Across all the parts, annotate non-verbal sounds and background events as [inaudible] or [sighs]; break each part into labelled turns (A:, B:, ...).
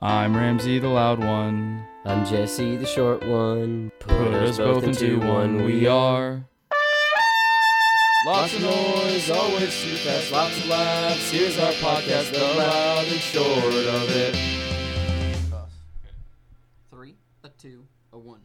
A: I'm Ramsey the Loud One.
B: I'm Jesse, the short one.
A: Put us both into one, we are.
B: Lots of noise, always too fast, lots of laughs. Here's our podcast, the loud and short of it.
C: three, a two, a one.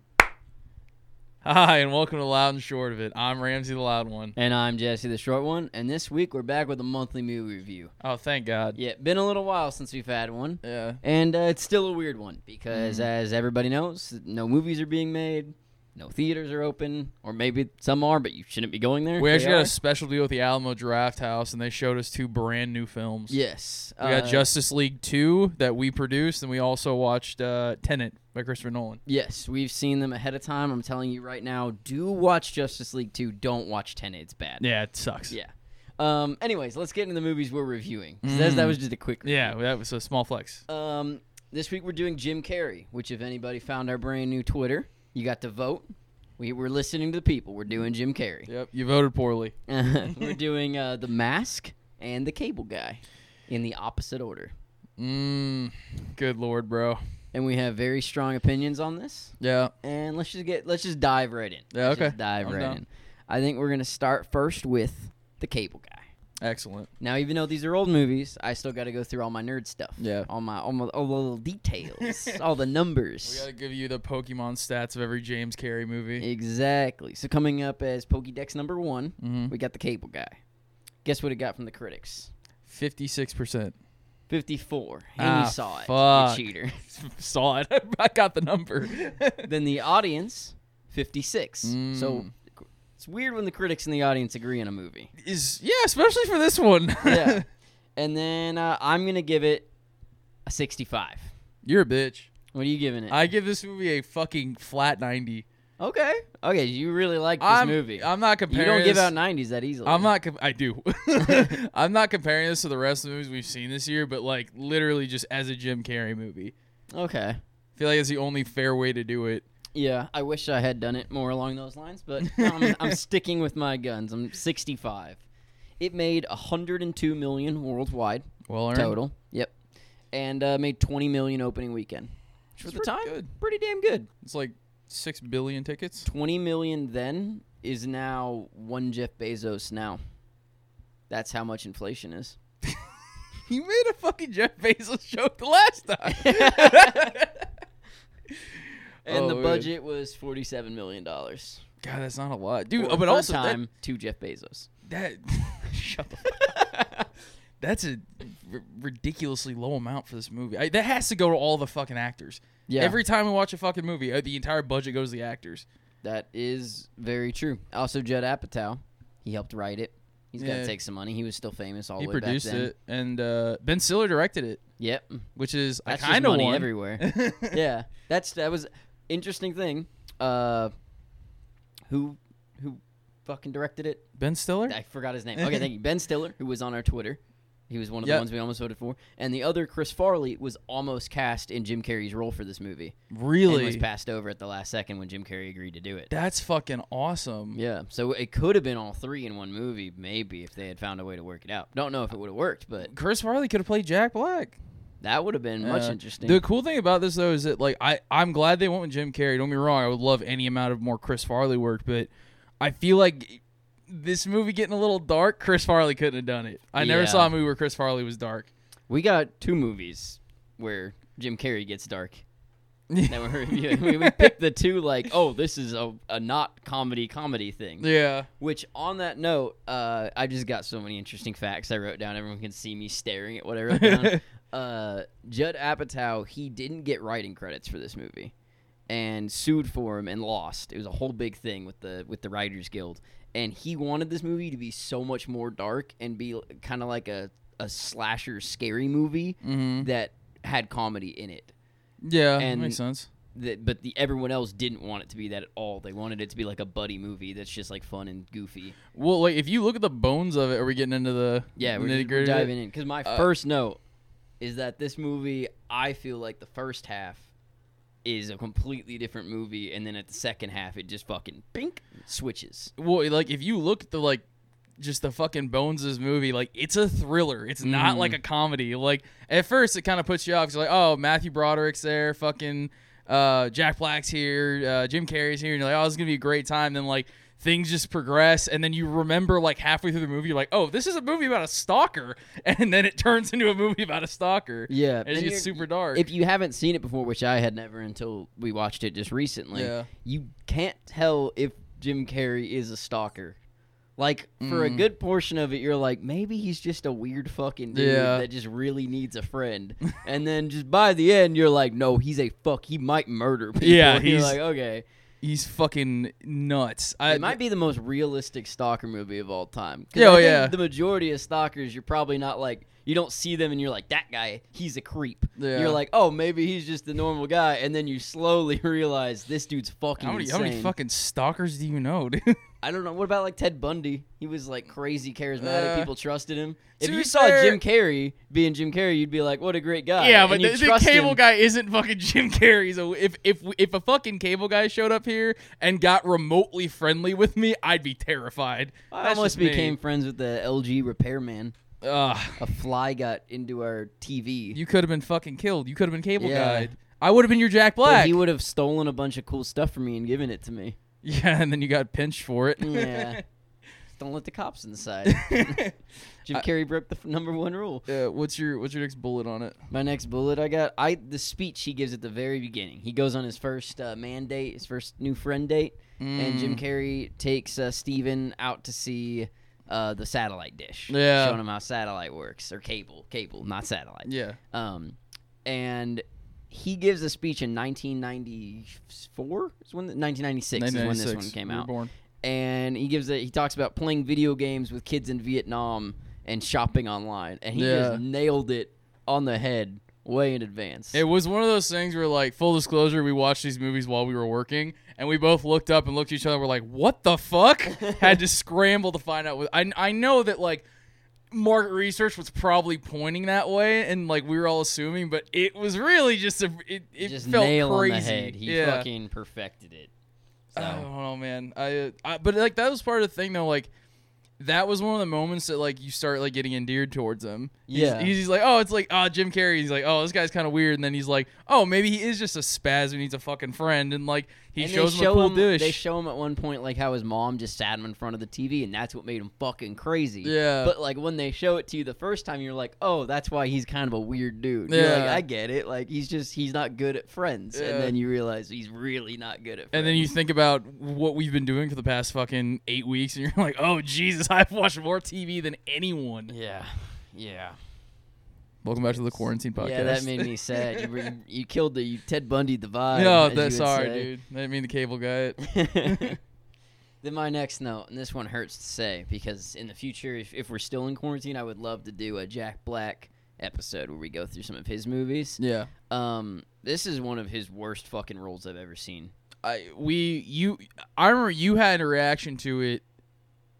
A: Hi, and welcome to Loud and Short of It. I'm Ramsey the Loud One.
C: And I'm Jesse, the short one, and this week we're back with a monthly movie review.
A: Oh, thank God.
C: Yeah, been a little while since we've had one,
A: Yeah.
C: and uh, it's still a weird one
B: Mm.
C: because, as everybody knows, no movies are being made, no theaters are open, or maybe some are, but you shouldn't be going there.
A: We
C: They
A: actually got
C: are.
A: a special deal with the Alamo Draft House, and they showed us two brand new films.
C: yes,
A: We got
C: uh,
A: Justice League 2 that we produced, and we also watched uh, Tenet by Christopher Nolan.
C: Yes, we've seen them ahead of time. I'm telling you right now, do watch Justice League 2. Don't watch 10. It's bad.
A: Yeah, it sucks.
C: Yeah. Um, anyways, let's get into the movies we're reviewing. 'cause that's- that was just a quick review.
A: Mm. Yeah, that was a small flex.
C: Um, this week we're doing Jim Carrey, which if anybody found our brand new Twitter, you got to vote. We we're listening to the people. We're doing Jim Carrey.
A: Yep, you voted poorly.
C: [laughs]
A: [laughs]
C: we're doing uh, the Mask and the Cable Guy, in the opposite order.
A: Mmm. Good lord, bro.
C: And we have very strong opinions on this.
A: Yeah.
C: And let's just get let's just dive right in.
A: Yeah,
C: Let's
A: okay.
C: Just dive
A: I'm
C: right
A: down.
C: in. I think we're gonna start first with the Cable Guy.
A: Excellent.
C: Now, even though these are old movies, I still got to go through all my nerd stuff.
A: Yeah.
C: All my all, my, all the
A: [laughs]
C: little details, all the numbers.
A: We gotta give you the Pokemon stats of every James Carey movie.
C: Exactly. So coming up as Pokédex number one,
A: Mhm.
C: we got the Cable Guy. Guess what it got from the critics?
A: Fifty-six percent.
C: Fifty-four. And
A: Ah,
C: you saw it,
A: fuck.
C: you cheater.
A: [laughs]
C: [laughs]
A: Saw it. [laughs] I got the number.
C: then the audience, fifty-six. So
A: Mm.
C: it's weird when the critics and the audience agree on a movie.
A: [laughs] Is yeah, especially for this one.
C: Yeah. [laughs] and then uh, I'm gonna give it a sixty-five.
A: [laughs] You're a bitch.
C: What are you giving it?
A: I give this movie a fucking flat ninety.
C: okay. Okay. You really like this
A: I'm,
C: movie.
A: I'm not
C: you
A: comparing.
C: don't give
A: this-
C: out nineties that easily.
A: I'm not. Com- I
C: [laughs]
A: do. [laughs] I'm not comparing this to the rest of the movies we've seen this year, but like literally just as a Jim Carrey movie.
C: Okay.
A: I feel like it's the only fair way to do it.
C: Yeah, I wish I had done it more along those lines, [laughs] but no, I'm, I'm sticking with my guns. I'm 65. It made 102 million worldwide
A: Well earned.
C: total. Yep, and uh, made 20 million opening weekend. Which for
A: That's pretty
C: the time,
A: good.
C: pretty damn good.
A: It's like six billion tickets. [laughs]
C: 20 million then is now one Jeff Bezos now. That's how much inflation is.
A: [laughs] You made a fucking Jeff Bezos joke the last time.
C: [laughs] And
A: Oh,
C: the
A: man.
C: budget was 47 million dollars.
A: God, that's not a lot, dude.
C: Or
A: oh, but
C: per
A: also that-
C: time to Jeff Bezos. [laughs]
A: that, shut the fuck up. That's a r- ridiculously low amount for this movie. I, that has to go to all the fucking actors.
C: Yeah.
A: Every time we watch a fucking movie, uh, the entire budget goes to the actors.
C: That is very true. Also, Judd Apatow, he helped write it. He's got
A: Yeah.
C: to take some money. He was still famous all
A: he
C: the way
A: produced
C: back then.
A: it, and uh, Ben Stiller directed it,
C: Yep,
A: which is
C: that's
A: I
C: just
A: kind of
C: money
A: want. [laughs]
C: everywhere. yeah, that's that was interesting thing. Uh, who who fucking directed it?
A: Ben Stiller.
C: I forgot his name. Okay,
A: [laughs]
C: thank you. Ben Stiller, who was on our Twitter. He was one of
A: Yep.
C: the ones we almost voted for, and the other Chris Farley was almost cast in Jim Carrey's role for this movie. and was
A: really?
C: passed over at the last second when Jim Carrey agreed to do it.
A: That's fucking awesome.
C: Yeah, so it could have been all three in one movie, maybe if they had found a way to work it out. Don't know if it would have worked, but
A: Chris Farley could have played Jack Black.
C: that would have been much
A: Yeah.
C: interesting.
A: Uh, The cool thing about this though is that like I I'm glad they went with Jim Carrey. Don't be wrong, I would love any amount of more Chris Farley work, but I feel like this movie getting a little dark. Chris Farley couldn't have done it. I never
C: Yeah.
A: saw a movie where Chris Farley was dark.
C: we got two movies where Jim Carrey gets dark.
A: [laughs]
C: that we're [laughs] reviewing. We, we picked the two like, oh, this is a, a not comedy comedy thing.
A: Yeah,
C: Which, on that note, uh, I just got so many interesting facts I wrote down. Everyone can see me staring at what I wrote down. uh, Judd Apatow, he didn't get writing credits for this movie, and sued for him and lost. It was a whole big thing with the with the Writers Guild, and he wanted this movie to be so much more dark and be kind of like a a slasher scary movie that had comedy in it
A: yeah,
C: And-
A: that makes sense.
C: that, but the everyone else didn't want it to be that at all. They wanted it to be like a buddy movie that's just like fun and goofy.
A: Well, like if you look at the bones of it, are we getting into the
C: Yeah, we're,
A: nitty
C: just- we're
A: gritty? Uh,
C: diving in because my first note is that this movie, I feel like the first half is a completely different movie, and then at the second half, it just fucking bink switches.
A: Well, like if you look at the like just the fucking bones of this movie. Like it's a thriller. It's not like
C: Mm.
A: a comedy. Like at first it kind of puts you off. 'cause You're like, oh, Matthew Broderick's there, fucking uh, Jack Black's here, uh, Jim Carrey's here, and you're like, oh, it's gonna be a great time. Then like things just progress, and then you remember like halfway through the movie, you're like, oh, this is a movie about a stalker, [laughs] and then it turns into a movie about a stalker.
C: Yeah,
A: and it gets
C: and you're-
A: super dark.
C: If you haven't seen it before, which I had never until we watched it just recently,
A: Yeah.
C: you can't tell if Jim Carrey is a stalker. Like for
A: Mm.
C: a good portion of it, you're like, maybe he's just a weird fucking dude
A: Yeah.
C: that just really needs a friend. and then just by the end, you're like, no, he's a fuck. He might murder people.
A: [laughs]
C: [laughs]
A: Yeah,
C: And you're
A: he's-
C: like, okay,
A: He's fucking nuts. I,
C: it might be the most realistic stalker movie of all time. 'Cause
A: Uh, Yeah,
C: I
A: oh,
C: think
A: yeah.
C: The majority of stalkers, you're probably not like you don't see them and you're like that guy, he's a creep.
A: Yeah.
C: You're like, oh, maybe he's just the normal guy, and then you slowly [laughs] realize this dude's fucking
A: How many, how
C: insane.
A: many fucking stalkers do you know, dude? [laughs]
C: I don't know. What about like Ted Bundy? He was like crazy charismatic.
A: Uh,
C: People trusted him. If
A: to
C: you
A: be
C: saw
A: fair-
C: Jim Carrey being Jim Carrey, you'd be like, what a great guy.
A: Yeah,
C: And
A: but
C: you
A: the, the
C: trust
A: cable
C: him.
A: guy isn't fucking [laughs] Jim Carrey. So if if if a fucking cable guy showed up here and got remotely friendly with me, I'd be terrified.
C: I
A: That's
C: almost
A: just me.
C: became friends with the LG repairman.
A: Ugh,
C: A fly got into our TV.
A: you could have been fucking killed. You could have been cable
C: Yeah.
A: guy. I would have been your Jack
C: But
A: Black.
C: he would have stolen a bunch of cool stuff from me and given it to me.
A: [laughs] yeah, and then you got pinched for it.
C: Yeah. Don't let the cops [laughs] inside. Jim
A: I-
C: Carrey broke the f- number one rule.
A: [laughs] Uh, what's your what's your next bullet on it?
C: My next bullet I got I the speech he gives at the very beginning. He goes on his first uh, man date, his first new friend date, and Jim Carrey takes uh, Steven out to see uh, the satellite dish.
A: Yeah.
C: Showing him how satellite works or cable, cable, not satellite.
A: Yeah,
C: Um, and he gives a speech in 1994 is when the, 1996, is when this
A: 1996.
C: one came
A: We were
C: out.
A: Born.
C: and he gives it. He talks about playing video games with kids in Vietnam and shopping online, and he
A: Yeah.
C: just nailed it on the head way in advance.
A: It was one of those things where, like, full disclosure, we watched these movies while we were working, and we both looked up and looked at each other. and We're like, "What the
C: [laughs]
A: fuck?" Had to scramble to find out. What, I I know that like market research was probably pointing that way, and like we were all assuming, but it was really just a it, it
C: just
A: felt
C: nail
A: crazy.
C: on the head. He
A: yeah.
C: fucking perfected it. So
A: I don't know, man. I, uh, I but like that was part of the thing though. Like that was one of the moments that like you start like getting endeared towards him. He's-
C: Yeah.
A: he's, he's like, oh, it's like ah, Jim Carrey. He's like, oh, this guy's kind of weird. And then he's like, oh, maybe he is just a spaz who needs a fucking friend. And like he
C: and
A: shows
C: they
A: him
C: show
A: a cool
C: him,
A: dish.
C: They show him at one point like how his mom just sat him in front of the TV, and that's what made him fucking crazy.
A: Yeah.
C: But like when they show it to you the first time, you're like, oh, that's why he's kind of a weird dude. You're like,
A: Yeah.
C: I get it. Like he's just he's not good at friends,
A: Yeah.
C: and then you realize he's really not good at. friends.
A: and then you think about what we've been doing for the past fucking eight weeks, and you're [laughs] like, oh Jesus, I've watched more TV than anyone.
C: Yeah. Yeah.
A: Welcome back to the quarantine podcast.
C: Yeah, that made me sad. You, were- you killed the you Ted Bundy the vibe.
A: [laughs] no,
C: as you would
A: that's sorry,
C: say.
A: dude. I didn't mean the cable guy. [laughs]
C: [laughs] then my next note, and this one hurts to say because in the future, if, if we're still in quarantine, I would love to do a Jack Black episode where we go through some of his movies.
A: yeah.
C: Um, this is one of his worst fucking roles I've ever seen.
A: I we you I remember you had a reaction to it,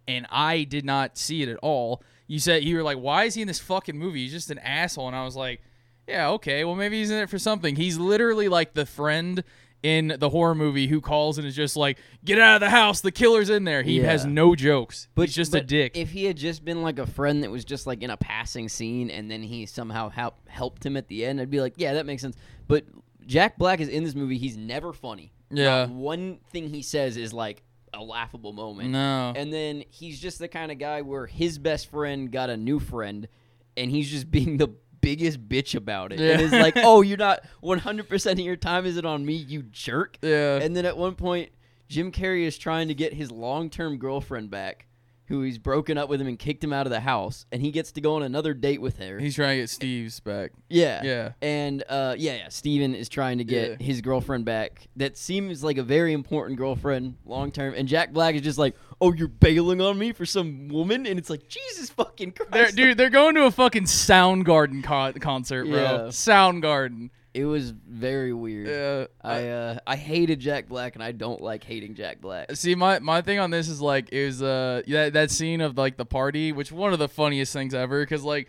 A: and I did not see it at all. You said you were like, "Why is he in this fucking movie? He's just an asshole." And I was like, "Yeah, okay. Well, maybe he's in it for something." He's literally like the friend in the horror movie who calls and is just like, "Get out of the house! The killer's in there." He
C: Yeah.
A: has no jokes.
C: But
A: he's just a
C: but
A: dick.
C: If he had just been like a friend that was just like in a passing scene, and then he somehow help, helped him at the end, I'd be like, yeah, that makes sense. But Jack Black is in this movie; he's never funny.
A: yeah.
C: One thing he says is like a laughable moment.
A: No.
C: And then he's just the kind of guy where his best friend got a new friend, and he's just [laughs] being the biggest bitch about it. And
A: Yeah. [laughs]
C: it's like, oh, you're not 100% of your time is it on me, you jerk.
A: yeah.
C: And then at one point, Jim Carrey is trying to get his long term girlfriend back, who he's broken up with him and kicked him out of the house, and he gets to go on another date with her.
A: he's trying to get Steve's back.
C: yeah.
A: Yeah.
C: And uh, yeah, yeah, Steven is trying to get
A: Yeah.
C: his girlfriend back. That seems like a very important girlfriend long term. And Jack Black is just like, oh, you're bailing on me for some woman? And it's like, Jesus fucking
A: They're,
C: Christ.
A: dude, they're going to a fucking Soundgarden con- concert, bro.
C: Yeah.
A: Soundgarden.
C: It was very weird.
A: Yeah.
C: I uh, I hated Jack Black, and I don't like hating Jack Black.
A: See, my, my thing on this is like it was uh that that scene of like the party, which one of the funniest things ever, because like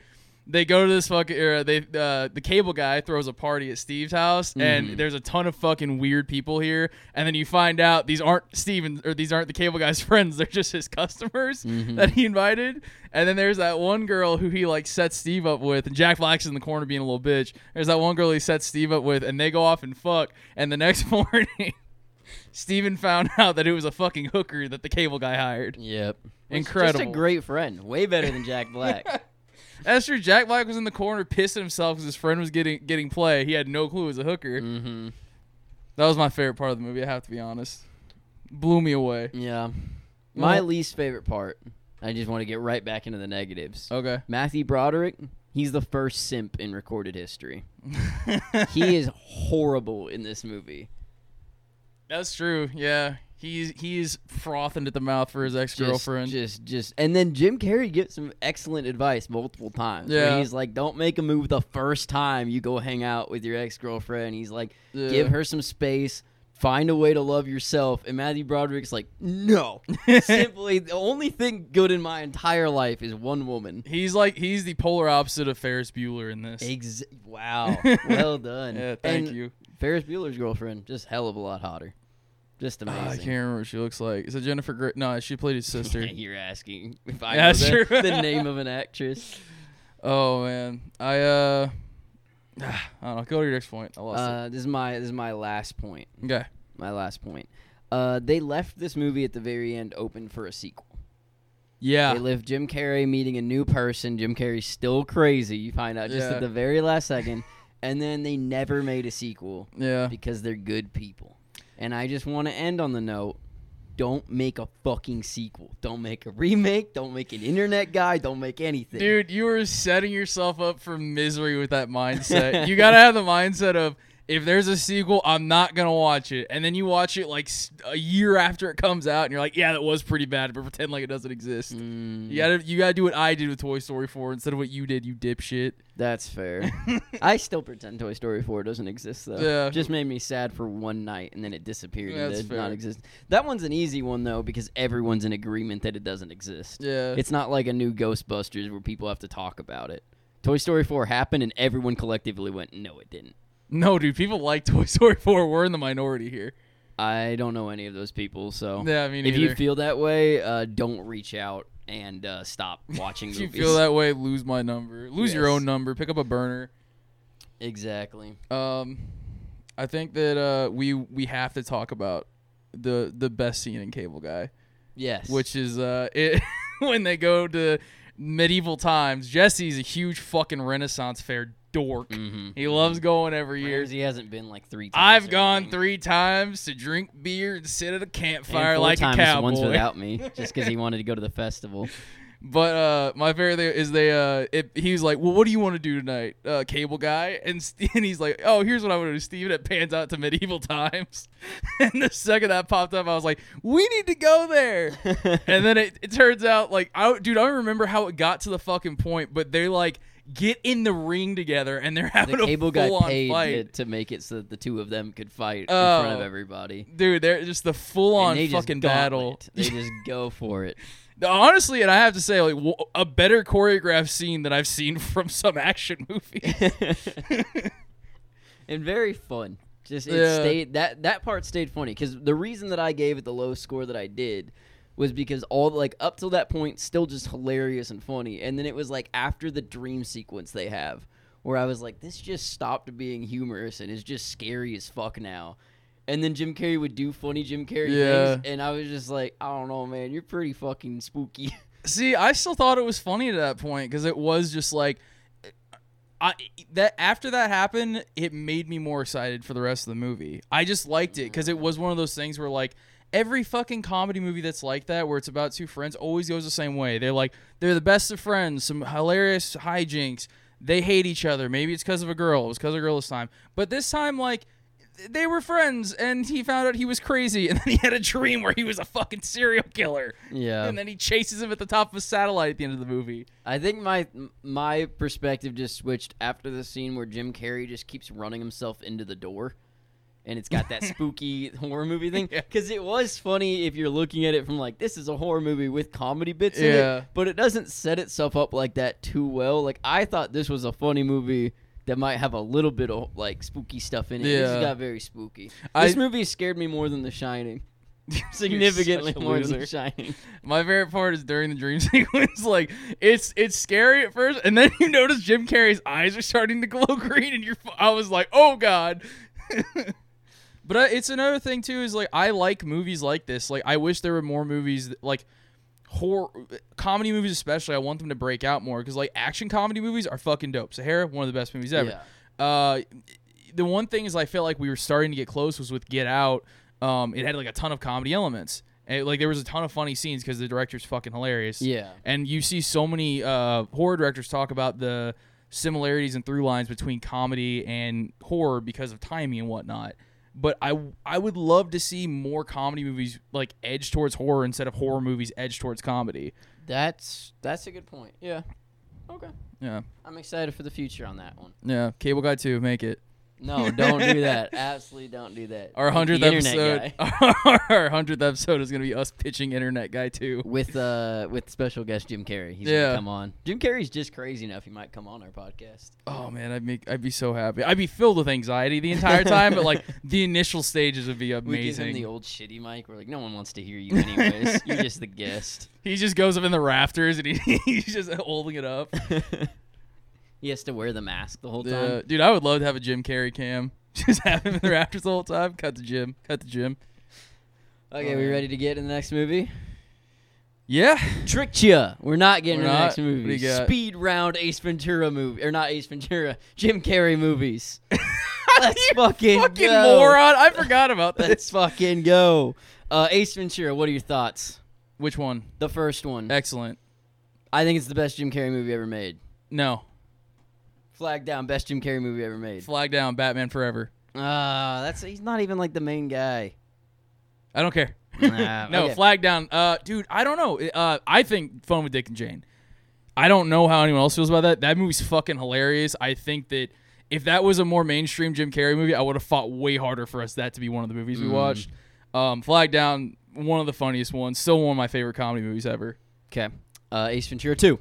A: they go to this fucking or they uh, the cable guy throws a party at Steve's house and there's a ton of fucking weird people here and then you find out these aren't Steven or these aren't the cable guy's [laughs] friends they're just his customers that he invited and then there's that one girl who he like sets Steve up with and Jack Black's in the corner being a little bitch there's that one girl he sets Steve up with and they go off and fuck and the next [laughs] morning Steven found [laughs] out that it was a fucking hooker that the cable guy hired
C: Yep.
A: Incredible.
C: Just a great friend. Way better
A: [laughs]
C: than Jack Black.
A: That's true. Jack Black was in the corner pissing himself because his friend was getting getting play. He had no clue it was a hooker.
C: mm-hmm.
A: That was my favorite part of the movie. I have to be honest. Blew me away.
C: Yeah. My
A: Well-
C: least favorite part. I just want to get right back into the negatives.
A: Okay.
C: Matthew Broderick, he's the first simp in
A: [laughs]
C: recorded history. He is horrible in this movie.
A: That's true. Yeah. He's he's frothing at the mouth for his ex
C: Just-
A: girlfriend.
C: Just, just, and then Jim Carrey gives some excellent advice multiple times. where
A: Yeah.
C: he's like, "Don't make a move the first time you go hang out with your ex girlfriend." He's like,
A: Yeah.
C: "Give her some space." Find a way to love yourself. And Matthew Broderick's like,
A: [laughs]
C: no. Simply, the only thing good in my entire life is one woman.
A: He's like he's the polar opposite of Ferris Bueller in this.
C: Ex-
A: [laughs]
C: wow. well done.
A: Yeah, thank
C: And
A: you.
C: Ferris Bueller's girlfriend, just hell of a lot hotter. Just
A: Ah,
C: amazing.
A: I can't remember what she looks like. Is it Jennifer? Gr- no, she played his
C: Yeah,
A: sister.
C: [laughs] You're asking if I
A: Yeah,
C: know
A: sure.
C: the, the name of
A: [laughs]
C: an actress.
A: oh man, I uh, [sighs] I don't know. Go to your next point. I lost
C: Uh, this is my this is my last point.
A: it. Okay.
C: My last point. Uh, they left this movie at the very end open for a sequel. They
A: Yeah.
C: left Jim Carrey meeting a new person. Jim Carrey's still crazy. You find out just
A: Yeah.
C: at the very last second, and then they never made a sequel.
A: Yeah.
C: [laughs] because they're good people. And I just want to end on the note don't make a fucking sequel. Don't make a remake. Don't make an internet guy. Don't make anything.
A: Dude, you were setting yourself up for misery with that mindset. you got to have the mindset of if there's a sequel, I'm not going to watch it. And then you watch it like s- a year after it comes out and you're like, "Yeah, that was pretty bad," but pretend like it doesn't exist.
C: Mm,
A: You got to you got to do what I did with Toy Story 4 instead of what you did, you dipshit.
C: That's fair. [laughs]
A: [laughs]
C: I still pretend Toy Story 4 doesn't exist, though.
A: Yeah.
C: Just made me sad for one night and then it disappeared
A: That's
C: and
A: fair.
C: did not exist. That one's an easy one, though, because everyone's in agreement that it doesn't exist.
A: Yeah.
C: It's not like a new Ghostbusters where people have to talk about it. Toy Story 4 happened and everyone collectively went, no, it didn't.
A: no, dude, people like Toy Story 4. We're in the minority here.
C: I don't know any of those people, so
A: Yeah, I mean,
C: if you feel that way, uh, don't reach out and
A: [laughs]
C: uh, stop watching
A: if
C: movies.
A: you feel that way, lose my number. Lose your
C: Yes.
A: own number. Pick up a burner.
C: exactly.
A: Um, I think that uh, we we have to talk about the the best scene in Cable Guy,
C: Yes.
A: which is uh, it [laughs] when they go to medieval times. Jesse's a huge fucking Renaissance fair dork.
C: Mhm.
A: He loves going every year.
C: Ramsey hasn't been like three. times.
A: I've
C: or
A: gone
C: anything.
A: three times to drink beer and sit at a
C: And
A: campfire
C: four
A: like
C: times,
A: a cowboy.
C: Once without me,
A: [laughs]
C: just because he wanted to go to the festival.
A: But uh, my favorite thing is they. Uh, it, he was like, "Well, what do you want to do tonight, uh, Cable Guy?" And, St- [laughs] and he's like, "Oh, here's what I want to do, Steve." And it pans out to medieval times. [laughs] and the second that popped up, I was like, "We need to go
C: [laughs]
A: there." and then it, it turns out, like, I dude, I don't remember how it got to the fucking point, but they like get in the ring together and they're having
C: The cable
A: a
C: guy
A: full on
C: paid
A: fight.
C: to, to make it so that the two of them could fight in front
A: Oh.
C: of everybody.
A: Dude, they're just the full on
C: and they just
A: fucking battle.
C: gauntlet. They
A: [laughs]
C: just go for it. [laughs]
A: Honestly, and I have to say, like, w- a better choreographed scene that I've seen [laughs] from some action [laughs] movie.
C: and very fun. Just it
A: Yeah.
C: stayed that that part stayed funny because the reason that I gave it the low score that I did was because all like up till that point still just hilarious and funny, and then it was like after the dream sequence they have where I was like, this just stopped being humorous and is just scary as fuck now. And then Jim Carrey would do funny Jim Carrey
A: Yeah.
C: things, and I was just like, I don't know, man, you're pretty fucking spooky.
A: [laughs] See, I still thought it was funny to that point because it was just like, I that after that happened, it made me more excited for the rest of the movie. I just liked it because it was one of those things where like every fucking comedy movie that's like that, where it's about two friends, always goes the same way. They're like they're the best of friends, some hilarious hijinks. They hate each other. Maybe it's because of a girl. It was because of a girl this time. But this time, like. They were friends, and he found out he was crazy, [laughs] and then he had a dream where he was a fucking serial killer
C: yeah,
A: and then he chases him at the top of a satellite at the end of the movie. [laughs]
C: I think my my perspective just switched after the scene where Jim Carrey just keeps running himself into the door, and
A: [laughs]
C: it's got that spooky horror movie thing
A: Yeah.
C: because it was funny if you're looking at it from like this is a horror movie with comedy bits in
A: Yeah.
C: it, but it doesn't set itself up like that too well. Like I thought this was a funny movie that might have a little bit of like spooky stuff in it. It just
A: Yeah.
C: got very spooky.
A: I-
C: This movie scared me more than The Shining.
A: You're
C: Significantly
A: such a
C: more than
A: loser. [laughs]
C: The Shining.
A: My favorite part is during the dream [laughs] sequence. Like it's it's scary at first, and then [laughs] you notice Jim Carrey's eyes are starting to glow [laughs] green, and you're. f- I was like, oh god. [laughs] but uh, it's another thing too. Is like I like movies like this. Like I wish there were more movies that, like horror comedy movies especially. I want them to break out more because like action comedy movies are fucking dope. Sahara, one of the best movies ever. Uh, the one thing is I felt like we were starting to get close was with Get Out. Um, it had like a ton of comedy elements. And, like there was a ton of funny scenes because the director's fucking hilarious.
C: Yeah.
A: And you see so many uh, horror directors talk about the similarities and through lines between comedy and horror because of timing and whatnot. But I I would love to see more comedy movies like edge towards horror instead of horror movies edge towards comedy.
C: That's that's a good point. Yeah. Okay.
A: Yeah.
C: I'm excited for the future on that one.
A: Yeah. Cable Guy 2, make it.
C: [laughs] No, don't do that. Absolutely don't do that.
A: Our
C: Like the
A: hundredth
C: internet
A: episode.
C: [laughs] guy.
A: [laughs] Our hundredth episode is gonna be us pitching Internet Guy too.
C: with uh with special guest Jim Carrey. He's
A: Yeah.
C: gonna come on. Jim Carrey's just crazy enough he might come on our podcast.
A: Oh man, I'd make I'd be so happy. I'd be filled with anxiety the entire time, but
C: [laughs]
A: like the initial stages would be
C: We give him
A: amazing.
C: the old shitty mic. We're like, no one wants to hear you anyways. You're just the [laughs] guest.
A: he just goes up in the rafters and he, [laughs] he's just holding it
C: [laughs]
A: up.
C: he has to wear the mask the whole
A: Uh,
C: time.
A: dude, I would love to have a Jim Carrey cam. [laughs] Just have him in the rafters the whole time. Cut the gym. Cut the gym.
C: Okay, we
A: Oh.
C: ready to get in the next movie? [laughs]
A: Yeah.
C: Tricked ya. We're not getting
A: We're
C: to the
A: not.
C: next
A: What do
C: movie.
A: you got?
C: Speed round Ace Ventura movie or not Ace Ventura? Jim Carrey movies.
A: [laughs]
C: Let's
A: You
C: fucking
A: Fucking
C: go.
A: moron. I forgot
C: [laughs]
A: about that.
C: Let's fucking go. Uh, Ace Ventura. What are your thoughts?
A: Which one?
C: The first one.
A: Excellent.
C: I think it's the best Jim Carrey movie ever made.
A: No.
C: Flag down, best Jim Carrey movie ever made.
A: Flag down Batman Forever.
C: Ah, that's he's not even like the main [laughs] guy.
A: I don't
C: [laughs]
A: care.
C: Nah,
A: no,
C: okay.
A: flag down. Uh, dude, I don't know. Uh, I think Phone with Dick and Jane. I don't know how anyone else feels about that. That movie's fucking hilarious. I think that if that was a more mainstream Jim Carrey movie, I would have fought way harder for us that to be one of the movies we watched. Um, flag down, one of the funniest ones. Still one of my favorite comedy movies ever.
C: Okay. Uh, Ace Ventura two,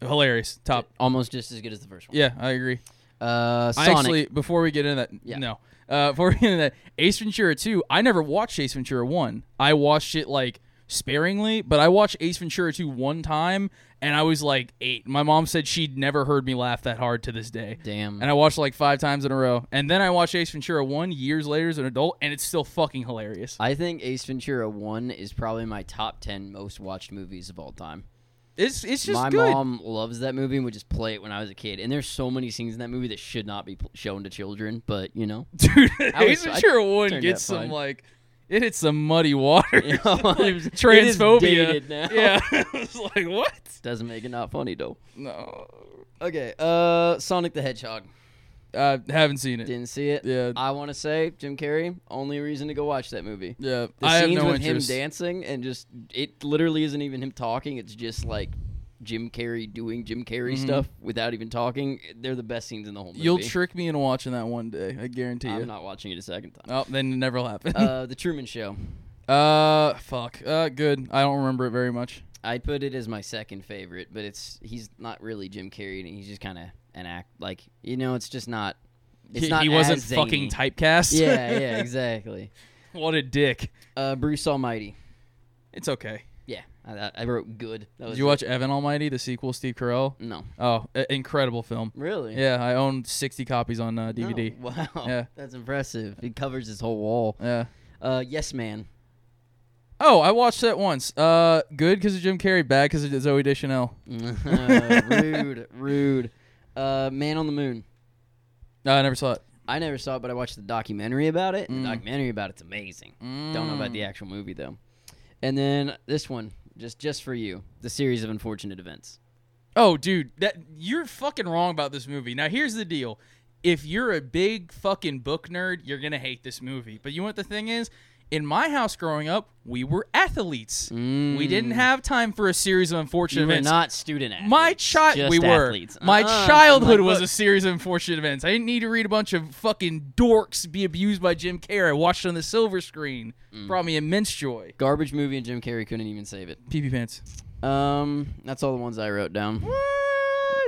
A: Hilarious, top.
C: almost just as good as the first one.
A: Yeah, I agree.
C: Uh,
A: I
C: Sonic.
A: actually, before we get into that,
C: Yeah.
A: no. Uh, before [laughs] we get into that, Ace Ventura 2, I never watched Ace Ventura 1. I watched it like sparingly, but I watched Ace Ventura 2 one time and I was like eight. My mom said she'd never heard me laugh that hard to this day.
C: Damn.
A: And I watched it like five times in a row. And then I watched Ace Ventura 1 years later as an adult and it's still fucking hilarious.
C: I think Ace Ventura one is probably my top ten most watched movies of all time.
A: It's it's just
C: my
A: good.
C: mom loves that movie and would just play it when I was a kid. And there's so many scenes in that movie that should not be pl- shown to children, but you know,
A: [laughs] Dude,
C: I
A: Ace
C: was- I
A: Ventura 1
C: turned
A: gets
C: out
A: some
C: fine.
A: like, it hits some muddy water.
C: [laughs] Yeah.
A: [laughs] Transphobia.
C: It is dated now.
A: Yeah. [laughs] it's like, what?
C: doesn't make it not funny though.
A: No.
C: Okay. Uh, Sonic the Hedgehog.
A: I haven't seen it.
C: Didn't see it.
A: Yeah.
C: I want to say Jim Carrey. Only reason to go watch that movie.
A: yeah.
C: The
A: I have
C: scenes
A: no
C: with
A: interest.
C: him dancing and just it literally isn't even him talking. It's just like Jim Carrey doing Jim Carrey stuff without even talking. They're the best scenes in the whole movie.
A: Mm-hmm. You'll trick me into watching that one day. I guarantee you.
C: I'm not watching it a second time.
A: oh, then it never will happen. Uh,
C: uh, the Truman Show.
A: fuck. [laughs] Uh, good. I don't remember it very much.
C: I put it as my second favorite, but it's he's not really Jim Carrey, and he's just kind of an act like you know. It's just not. It's
A: he,
C: not
A: he wasn't
C: as zany.
A: fucking typecast. [laughs]
C: yeah, yeah, exactly.
A: what a dick.
C: Uh, Bruce Almighty.
A: It's okay.
C: Yeah, I, I wrote good. That was
A: Did you
C: it.
A: watch Evan Almighty, the sequel, Steve Carell?
C: No,
A: Oh, uh, incredible film.
C: really.
A: Yeah, I own 60 copies on uh,
C: No,
A: DVD.
C: [laughs] Wow.
A: Yeah.
C: That's impressive. It covers his whole wall.
A: Yeah.
C: Uh, yes, man. [laughs]
A: Oh, I watched that once. Uh, good because of Jim Carrey, bad because of Zoe Deschanel.
C: Uh, rude, rude. Uh, man on the moon.
A: No, I never saw it.
C: I never saw it, but I watched the documentary about it. The
A: Mm.
C: documentary about it's amazing. Don't know about the actual movie though. And then this one, just just for you, the series of unfortunate events.
A: Oh, dude, that you're fucking wrong about this movie. Now here's the deal: if you're a big fucking book nerd, you're gonna hate this movie. But you know what the thing is? in my house growing up, we were athletes. We
C: Mm.
A: didn't have time for a series of unfortunate
C: You were
A: events.
C: not student athletes.
A: my
C: just
A: child, we were.
C: athletes.
A: My
C: Uh-uh. I'm
A: childhood
C: like,
A: was a
C: look,
A: series of unfortunate events. I didn't need to read a bunch of fucking dorks be abused by Jim Carrey. I watched it on the silver screen.
C: Mm.
A: Brought me immense joy.
C: garbage movie, and Jim Carrey couldn't even save it.
A: Pee pee pants.
C: Um, that's all the ones I wrote down.
A: What?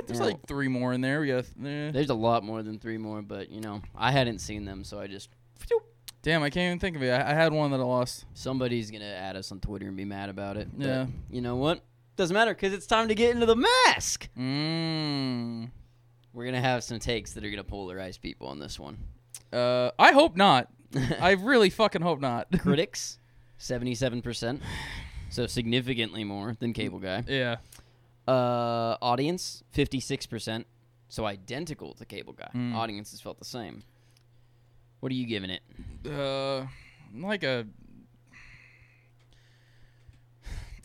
A: There's
C: Well-
A: like three more in there. We got. eh.
C: There's a lot more than three more, but you know, I hadn't seen them, so I just
A: Damn, I can't even think of it. I, I had one that I lost.
C: somebody's gonna add us on Twitter and be mad about it. but
A: Yeah.
C: you know what? Doesn't matter because it's time to get into the mask.
A: Mm.
C: We're gonna have some takes that are gonna polarize people on this one.
A: Uh, I hope [laughs] not. I really fucking hope not.
C: Critics, seventy-seven percent, so significantly more than Cable Guy.
A: yeah.
C: Uh, audience, fifty-six percent, so identical to Cable Guy.
A: Mm.
C: Audiences felt the same. What are you giving it?
A: Uh, like a.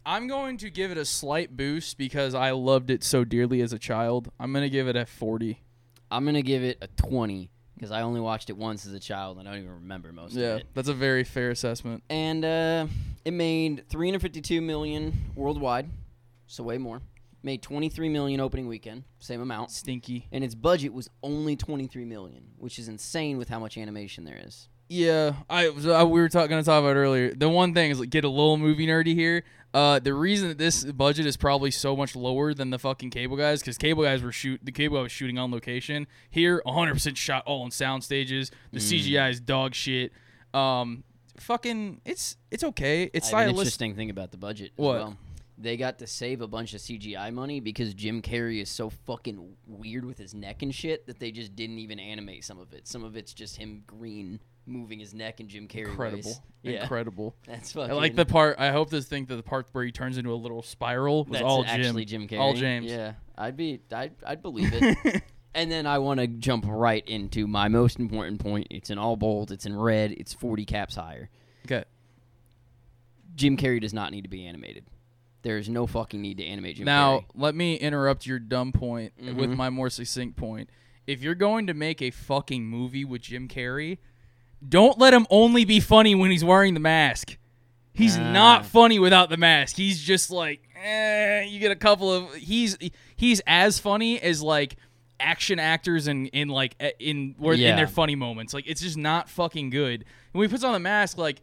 A: I'm going to give it a slight boost because I loved it so dearly as a child. I'm gonna give it a 40.
C: I'm gonna give it a twenty because I only watched it once as a child and I don't even remember most
A: Yeah,
C: of it.
A: that's a very fair assessment.
C: And uh, it made 352 million worldwide, so way more. Made 23 million opening weekend, same amount.
A: Stinky.
C: And its budget was only 23 million, which is insane with how much animation there is.
A: Yeah, I, was- I we were talk, gonna talk about it earlier. The one thing is like get a little movie nerdy here. Uh, the reason that this budget is probably so much lower than the fucking cable guys because cable guys were shoot the cable guy was shooting on location. Here, 100 percent shot all on sound stages. The
C: Mm.
A: CGI is dog shit. Um, fucking, it's it's okay. It's
C: I have an
A: stylistic.
C: interesting thing about the budget. As
A: What?
C: Well. They got to save a bunch of CGI money because Jim Carrey is so fucking weird with his neck and shit that they just didn't even animate some of it. Some of it's just him green moving his neck and Jim Carrey.
A: Incredible,
C: ways. Yeah,
A: incredible.
C: [laughs] that's fucking.
A: I like the part. I hope this think that the part where he turns into a little spiral was
C: That's
A: all
C: actually
A: Jim.
C: Jim Carrey.
A: All James.
C: Yeah, I'd be, I'd, I'd believe
A: [laughs]
C: it. and then I want to jump right into my most important point. It's in all bold. It's in red. It's forty caps higher.
A: okay.
C: Jim Carrey does not need to be animated. There is no fucking need to animate Jim
A: Now,
C: Carrey.
A: let me interrupt your dumb point with
C: Mhm.
A: my more succinct point. If you're going to make a fucking movie with Jim Carrey, don't let him only be funny when he's wearing the mask. He's
C: Ah.
A: not funny without the mask. He's just like, eh, you get a couple of he's he's as funny as like action actors in in like eh, in where in
C: Yeah.
A: their funny moments. Like it's just not fucking good. When he puts on the mask, like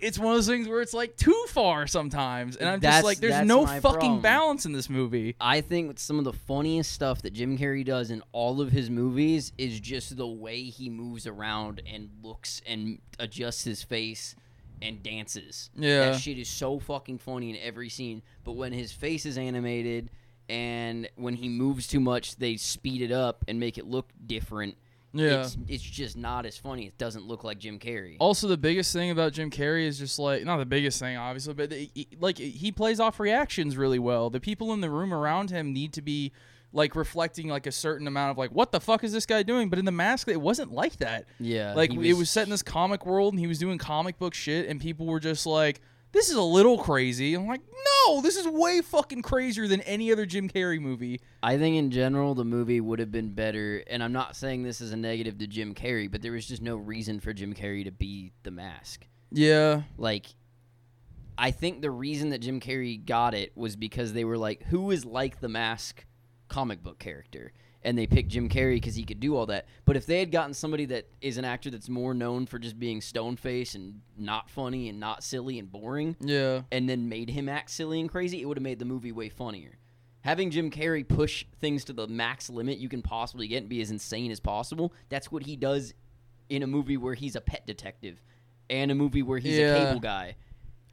A: it's one of those things where it's like too far sometimes, and I'm
C: That's-
A: just like, there's
C: that's
A: no
C: my
A: fucking
C: problem.
A: balance in this movie.
C: I think some of the funniest stuff that Jim Carrey does in all of his movies is just the way he moves around and looks and adjusts his face and dances.
A: Yeah.
C: That shit is so fucking funny in every scene. But when his face is animated and when he moves too much, they speed it up and make it look different.
A: Yeah.
C: It's, it's just not as funny. It doesn't look like Jim Carrey.
A: Also, the biggest thing about Jim Carrey is just like not the biggest thing, obviously, but he- he- like he plays off reactions really well. The people in the room around him need to be like reflecting like a certain amount of like, what the fuck is this guy doing? But in the mask, it wasn't like that.
C: yeah.
A: like
C: he
A: it was set in this comic world, and he was doing comic book shit, and people were just like, this is a little crazy. I'm like, no, this is way fucking crazier than any other Jim Carrey movie.
C: I think in general the movie would have been better, and I'm not saying this is a negative to Jim Carrey, but there was just no reason for Jim Carrey to be the mask.
A: Yeah,
C: Like, I think the reason that Jim Carrey got it was because they were like, who is like the mask comic book character? And they picked Jim Carrey because he could do all that. But if they had gotten somebody that is an actor that's more known for just being stone faced and not funny and not silly and boring,
A: yeah.
C: and then made him act silly and crazy, it would have made the movie way funnier. Having Jim Carrey push things to the max limit you can possibly get and be as insane as possible, that's what he does in a movie where he's a pet detective and a movie where he's a
A: Yeah.
C: cable guy.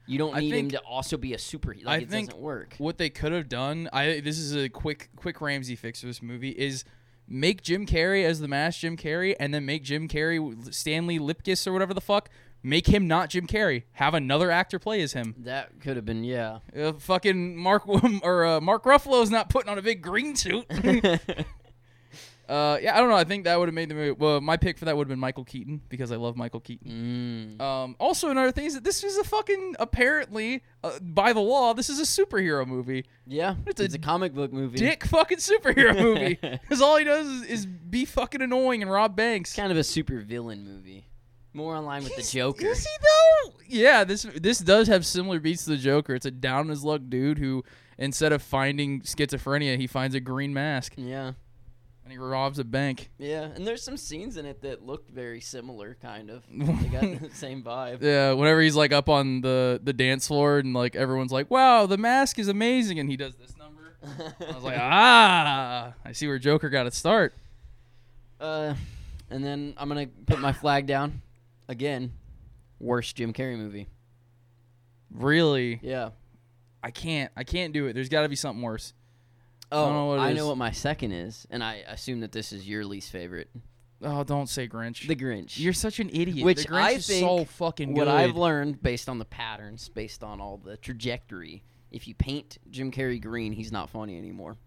C: You don't
A: I
C: need him
A: think-
C: to also be a superhero.
A: I
C: Like, it
A: think-
C: doesn't work.
A: What they could have done, I this is a quick quick Ramsey fix for this movie is make Jim Carrey as the mask Jim Carrey, and then make Jim Carrey Stanley Lipkiss or whatever the fuck. Make him not Jim Carrey. Have another actor play as him.
C: That could have been, yeah. [laughs]
A: [laughs] Uh, fucking Mark [laughs] or uh, Mark Ruffalo's not putting on a big green suit. uh, yeah, I don't know. I think that would have made the movie. Well, my pick for that would have been Michael Keaton because I love Michael Keaton.
C: Mm.
A: Um, also, another thing is that this is a fucking apparently uh, by the law, this is a superhero movie.
C: Yeah, it's
A: It's a
C: a, comic book movie.
A: dick fucking
C: [laughs]
A: superhero movie. Because all he does is, is be fucking annoying and rob banks.
C: Kind of a super villain movie. More in line with the Joker.
A: Is he though? yeah, this this does have similar beats to the Joker. It's a down in his luck dude who instead of finding schizophrenia, he finds a green mask
C: Yeah.
A: and he robs a bank.
C: Yeah, and there's some scenes in it that looked very similar, kind of. They
A: [laughs]
C: got the same vibe.
A: Yeah, whenever he's like up on the the dance floor and like everyone's like, "Wow, the mask is amazing," and he does this number. I
C: [laughs]
A: was like, "Ah, I see where Joker got its start."
C: uh, and then I'm gonna put my flag down again. Worst Jim Carrey movie.
A: Really,
C: Yeah.
A: I can't, I can't do it. There's got to be something worse.
C: Oh, I,
A: don't know
C: know
A: what
C: what,
A: it is.
C: my second is, and I assume that this is your least favorite,
A: Oh, don't say Grinch.
C: The Grinch.
A: You're such an idiot.
C: Which
A: the Grinch
C: I
A: is
C: think
A: so fucking
C: what
A: good.
C: I've learned based on the patterns, based on all the trajectory. If you paint Jim Carrey green, he's not funny anymore.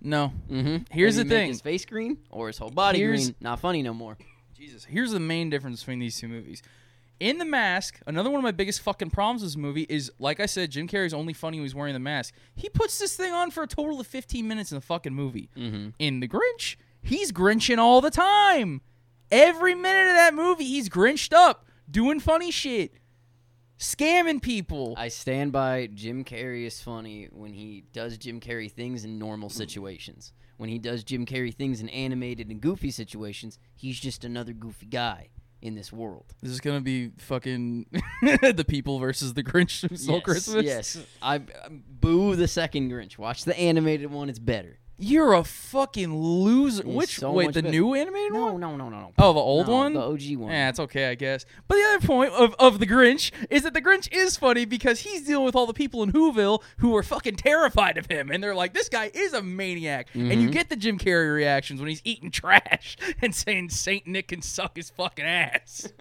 A: no,
C: Mm-hmm.
A: Here's the thing.
C: his face green or his whole body
A: Here's-
C: green, not funny no more.
A: Jesus. Here's the main difference between these two movies. In The Mask, another one of my biggest fucking problems with this movie is, like I said, Jim Carrey's only funny when he's wearing the mask. He puts this thing on for a total of 15 minutes in the fucking movie.
C: Mm-hmm.
A: In The Grinch, he's grinching all the time. Every minute of that movie, he's grinched up, doing funny shit, scamming people.
C: I stand by Jim Carrey is funny when he does Jim Carrey things in
A: Mm.
C: normal situations. When he does Jim Carrey things in animated and goofy situations, he's just another goofy guy in this world.
A: This is gonna be fucking [laughs] the people versus the Grinch [laughs] who stole
C: yes,
A: Christmas.
C: Yes. I, I boo the second Grinch. Watch the animated one, it's better.
A: you're a fucking loser.
C: He's
A: Which
C: so
A: wait,
C: much
A: the
C: better.
A: new animated one?
C: No, no, no, no, no.
A: Oh, the old
C: No,
A: one?
C: The OG one.
A: Yeah, it's okay, I guess. But the other point of, of the Grinch is that the Grinch is funny because he's dealing with all the people in Whoville who are fucking terrified of him, and they're like, "This guy is a maniac." And you get the Jim Carrey reactions when he's eating trash [laughs] and saying Saint Nick can suck his fucking ass.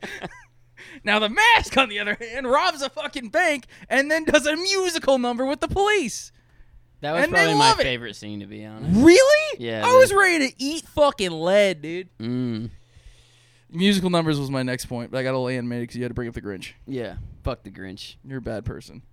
A: [laughs] now the mask, on the other hand, robs a fucking bank and then does a musical number with the police.
C: that was
A: and they
C: probably my
A: love it.
C: favorite scene, to be honest.
A: Really?
C: Yeah,
A: I
C: the-
A: was ready to eat fucking lead, dude.
C: Mm,
A: Musical numbers was my next point, but I got a little animated because you had to bring up the Grinch.
C: yeah. Fuck the Grinch.
A: You're a bad person.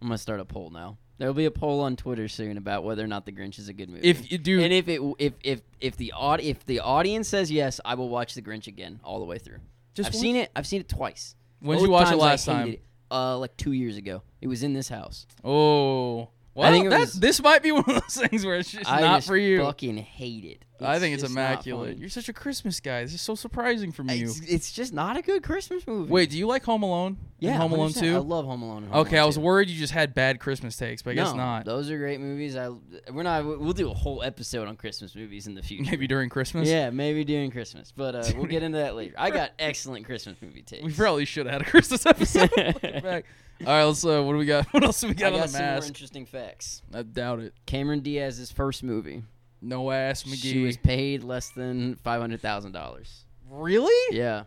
C: I'm going to start a poll now. There'll be a poll on Twitter soon about whether or not The Grinch is a good movie.
A: If you do,
C: And if it if if if the aud- if the audience says yes, I will watch The Grinch again all the way through.
A: Just
C: I've
A: once?
C: seen it. I've seen it twice.
A: when did
C: Both
A: you watch it
C: times I
A: last
C: hated
A: time?
C: it. Uh, like two years ago. It was in this house.
A: Oh, well,
C: think it
A: that-
C: was-
A: this might be [laughs] one of those things where it's just
C: I
A: not
C: just
A: for you.
C: Fucking hate it.
A: I think it's
C: just not
A: immaculate.
C: fun.
A: You're such a Christmas guy. This is so surprising from you.
C: It's, it's just not a good Christmas movie.
A: Wait, do you like Home Alone? and
C: yeah,
A: Home Alone
C: 100%. I
A: Two.
C: love Home Alone. and Home
A: Okay,
C: Alone
A: I was
C: 2.
A: worried you just had bad Christmas takes, but I guess
C: No,
A: not.
C: Those are great movies. I we're not. We'll do a whole episode on Christmas movies in the future.
A: [laughs] [laughs] Maybe during Christmas.
C: Yeah, maybe during Christmas, but uh,
A: [laughs]
C: we'll get into that later. I got excellent Christmas movie takes.
A: We probably should have had a Christmas [laughs] episode. Looking
C: [laughs]
A: back. All right, let's. Uh, what do we got? [laughs] What else do we
C: I
A: got on
C: got
A: the
C: some more
A: mask?
C: interesting facts.
A: I doubt it.
C: Cameron Diaz's first movie.
A: No ass McGee.
C: She was paid less than five hundred thousand dollars.
A: really?
C: Yeah,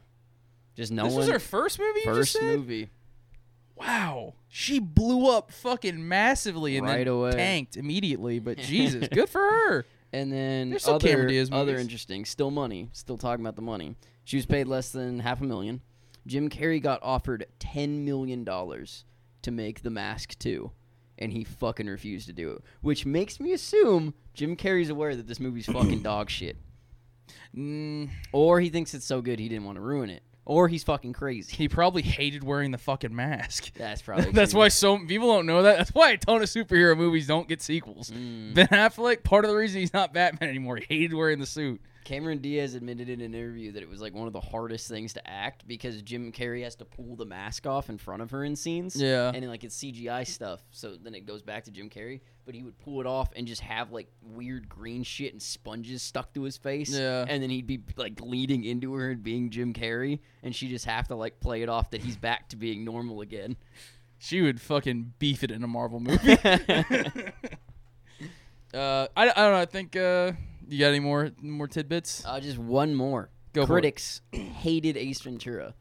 C: just no
A: this
C: one.
A: was her first movie. You just
C: first
A: said?
C: movie.
A: wow, she blew up fucking massively and
C: Right
A: then
C: away.
A: tanked immediately.
C: [laughs]
A: But Jesus, good for her.
C: And then
A: There's some Cameron
C: other
A: Diaz
C: other
A: movies.
C: interesting. Still money. Still talking about the money. She was paid less than half a million. Jim Carrey got offered ten million dollars to make The Mask two, and he fucking refused to do it. Which makes me assume Jim Carrey's aware that this
A: [coughs]
C: movie's fucking dog shit,
A: Mm,
C: or he thinks it's so good he didn't want to ruin it, or he's fucking crazy. [laughs]
A: he probably hated wearing the fucking mask. [laughs]
C: That's probably
A: That's
C: true.
A: why so people don't know that. That's why a ton of superhero movies don't get sequels. [laughs]
C: Hmm.
A: Ben Affleck, part of the reason he's not Batman anymore, he hated wearing the suit.
C: Cameron Diaz admitted in an interview that it was like one of the hardest things to act because Jim Carrey has to pull the mask off in front of her in scenes.
A: Yeah.
C: And like it's CGI stuff, so then it goes back to Jim Carrey. But he would pull it off and just have like weird green shit and sponges stuck to his face.
A: Yeah.
C: And then he'd be like leaning into her and being Jim Carrey, and she just have to like play it off that he's back to being normal
A: [laughs]
C: again. [laughs]
A: She would fucking beef it in a Marvel movie. uh, I, I don't know. I think uh, you got any more more tidbits?
C: Uh, just one more.
A: Go for it.
C: Critics [clears throat] hated Ace Ventura.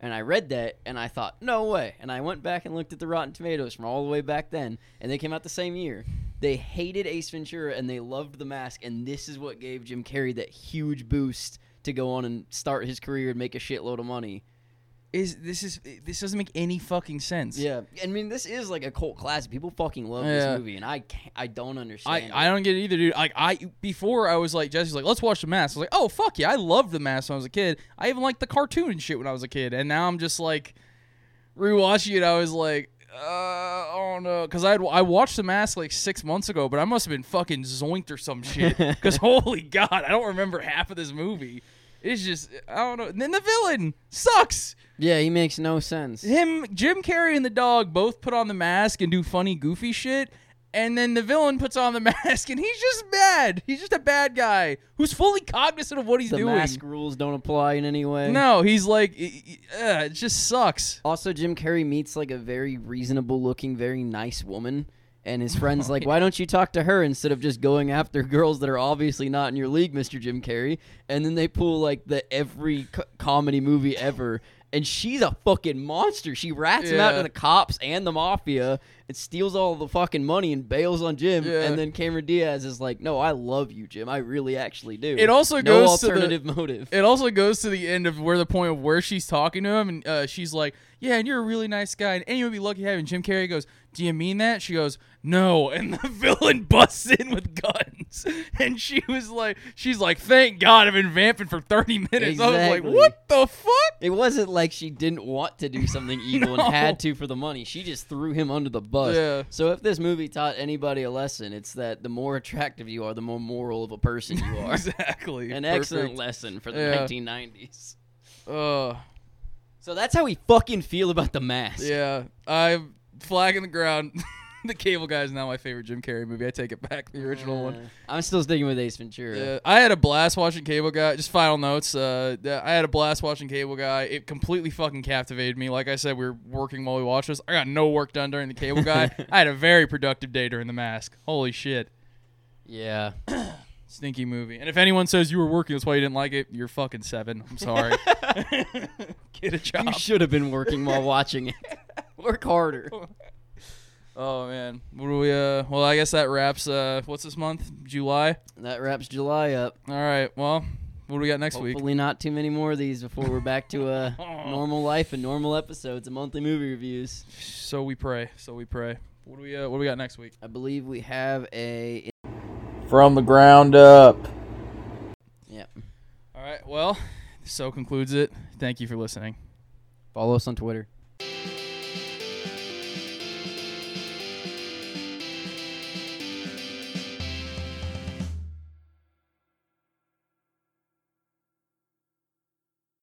C: And I read that and I thought, no way. And I went back and looked at the Rotten Tomatoes from all the way back then, and they came out the same year. They hated Ace Ventura and they loved The Mask, and this is what gave Jim Carrey that huge boost to go on and start his career and make a shitload of money.
A: Is this is this doesn't make any fucking sense?
C: Yeah, I mean, this is like a cult classic. People fucking love
A: Yeah.
C: this movie, and I can't, I don't
A: I,
C: understand.
A: I don't get it either, dude. Like I before I was like Jesse's like, let's watch the mask. I was like, oh fuck yeah, I loved the mask when I was a kid. I even liked the cartoon and shit when I was a kid, and now I'm just like, rewatching it, I was like, uh, oh no, because I I watched The Mask like six months ago, but I must have been fucking zoinked or some shit. Because holy god, I don't remember half of this movie. It's just I don't know. And then the villain sucks.
C: Yeah, he makes no sense.
A: Him, Jim Carrey, and the dog both put on the mask and do funny, goofy shit. And then the villain puts on the [laughs] mask, and he's just bad. He's just a bad guy who's fully cognizant of what he's
C: The
A: doing.
C: mask rules don't apply in any way.
A: No, he's like, i- i- uh, it just sucks.
C: Also, Jim Carrey meets like a very reasonable looking, very nice woman,
A: [laughs] Oh
C: and his friend's like, "Why don't you talk to her instead of just going after [laughs] girls that are obviously not in your league, Mister Jim Carrey?" And then they pull like the every co- comedy movie ever, and she's a fucking monster. She rats him out
A: Yeah.
C: to the cops and the mafia, and steals all the fucking money and bails on Jim.
A: Yeah.
C: And then Cameron Diaz is like, "No, I love you, Jim. I really actually do."
A: It also
C: no
A: goes to the-
C: alternative [laughs] motive.
A: It also goes to the end of where the point of where she's talking to him, and uh, she's like, "Yeah, and you're a really nice guy, and anyone would be lucky having." Jim Carrey goes, "Do you mean that?" She goes, "No," [laughs] and the villain busts in with guns, [laughs] and she was like, "She's like, thank God I've been vamping for thirty minutes." I was like,
C: Exactly.
A: "What the fuck?" [laughs]
C: It wasn't like she didn't want to do something evil
A: No.
C: and had to for the money. She just threw him under the bus.
A: Yeah.
C: So if this movie taught anybody a lesson, it's that the more attractive you are, the more moral of a person
A: [laughs]
C: you are.
A: exactly.
C: An excellent
A: Perfect.
C: lesson for the
A: Yeah.
C: 1990s.
A: Uh,
C: So that's how we fucking feel about the mask.
A: yeah, I'm flag in the ground. [laughs] the Cable Guy is now my favorite Jim Carrey movie. I take it back. The original one.
C: Uh, I'm still sticking with Ace Ventura.
A: Yeah, I had a blast watching Cable Guy. Just final notes. Uh, th- I had a blast watching Cable Guy. It completely fucking captivated me. Like I said, we were working while we watched this. I got no work done during the Cable Guy. I had a very productive day during The Mask. Holy shit,
C: Yeah.
A: [laughs] stinky movie. And if anyone says you were working, that's why you didn't like it. You're fucking seven. I'm sorry. [laughs] Get a
C: You
A: job.
C: should have been working while
A: [laughs]
C: watching it. Work harder.
A: Oh man. What do we? Uh, well, I guess that wraps. Uh, what's this month? July.
C: That wraps July up.
A: All right. Well, what do we got next week?
C: Hopefully not too many more of these before we're back to uh,
A: [laughs]
C: normal life and normal episodes and monthly movie reviews.
A: So we pray. So we pray. What do we? Uh, what do we got next week?
C: I believe we have a
B: From the ground up.
C: yep.
A: All right. Well, so concludes it. Thank you for listening.
C: Follow us on Twitter.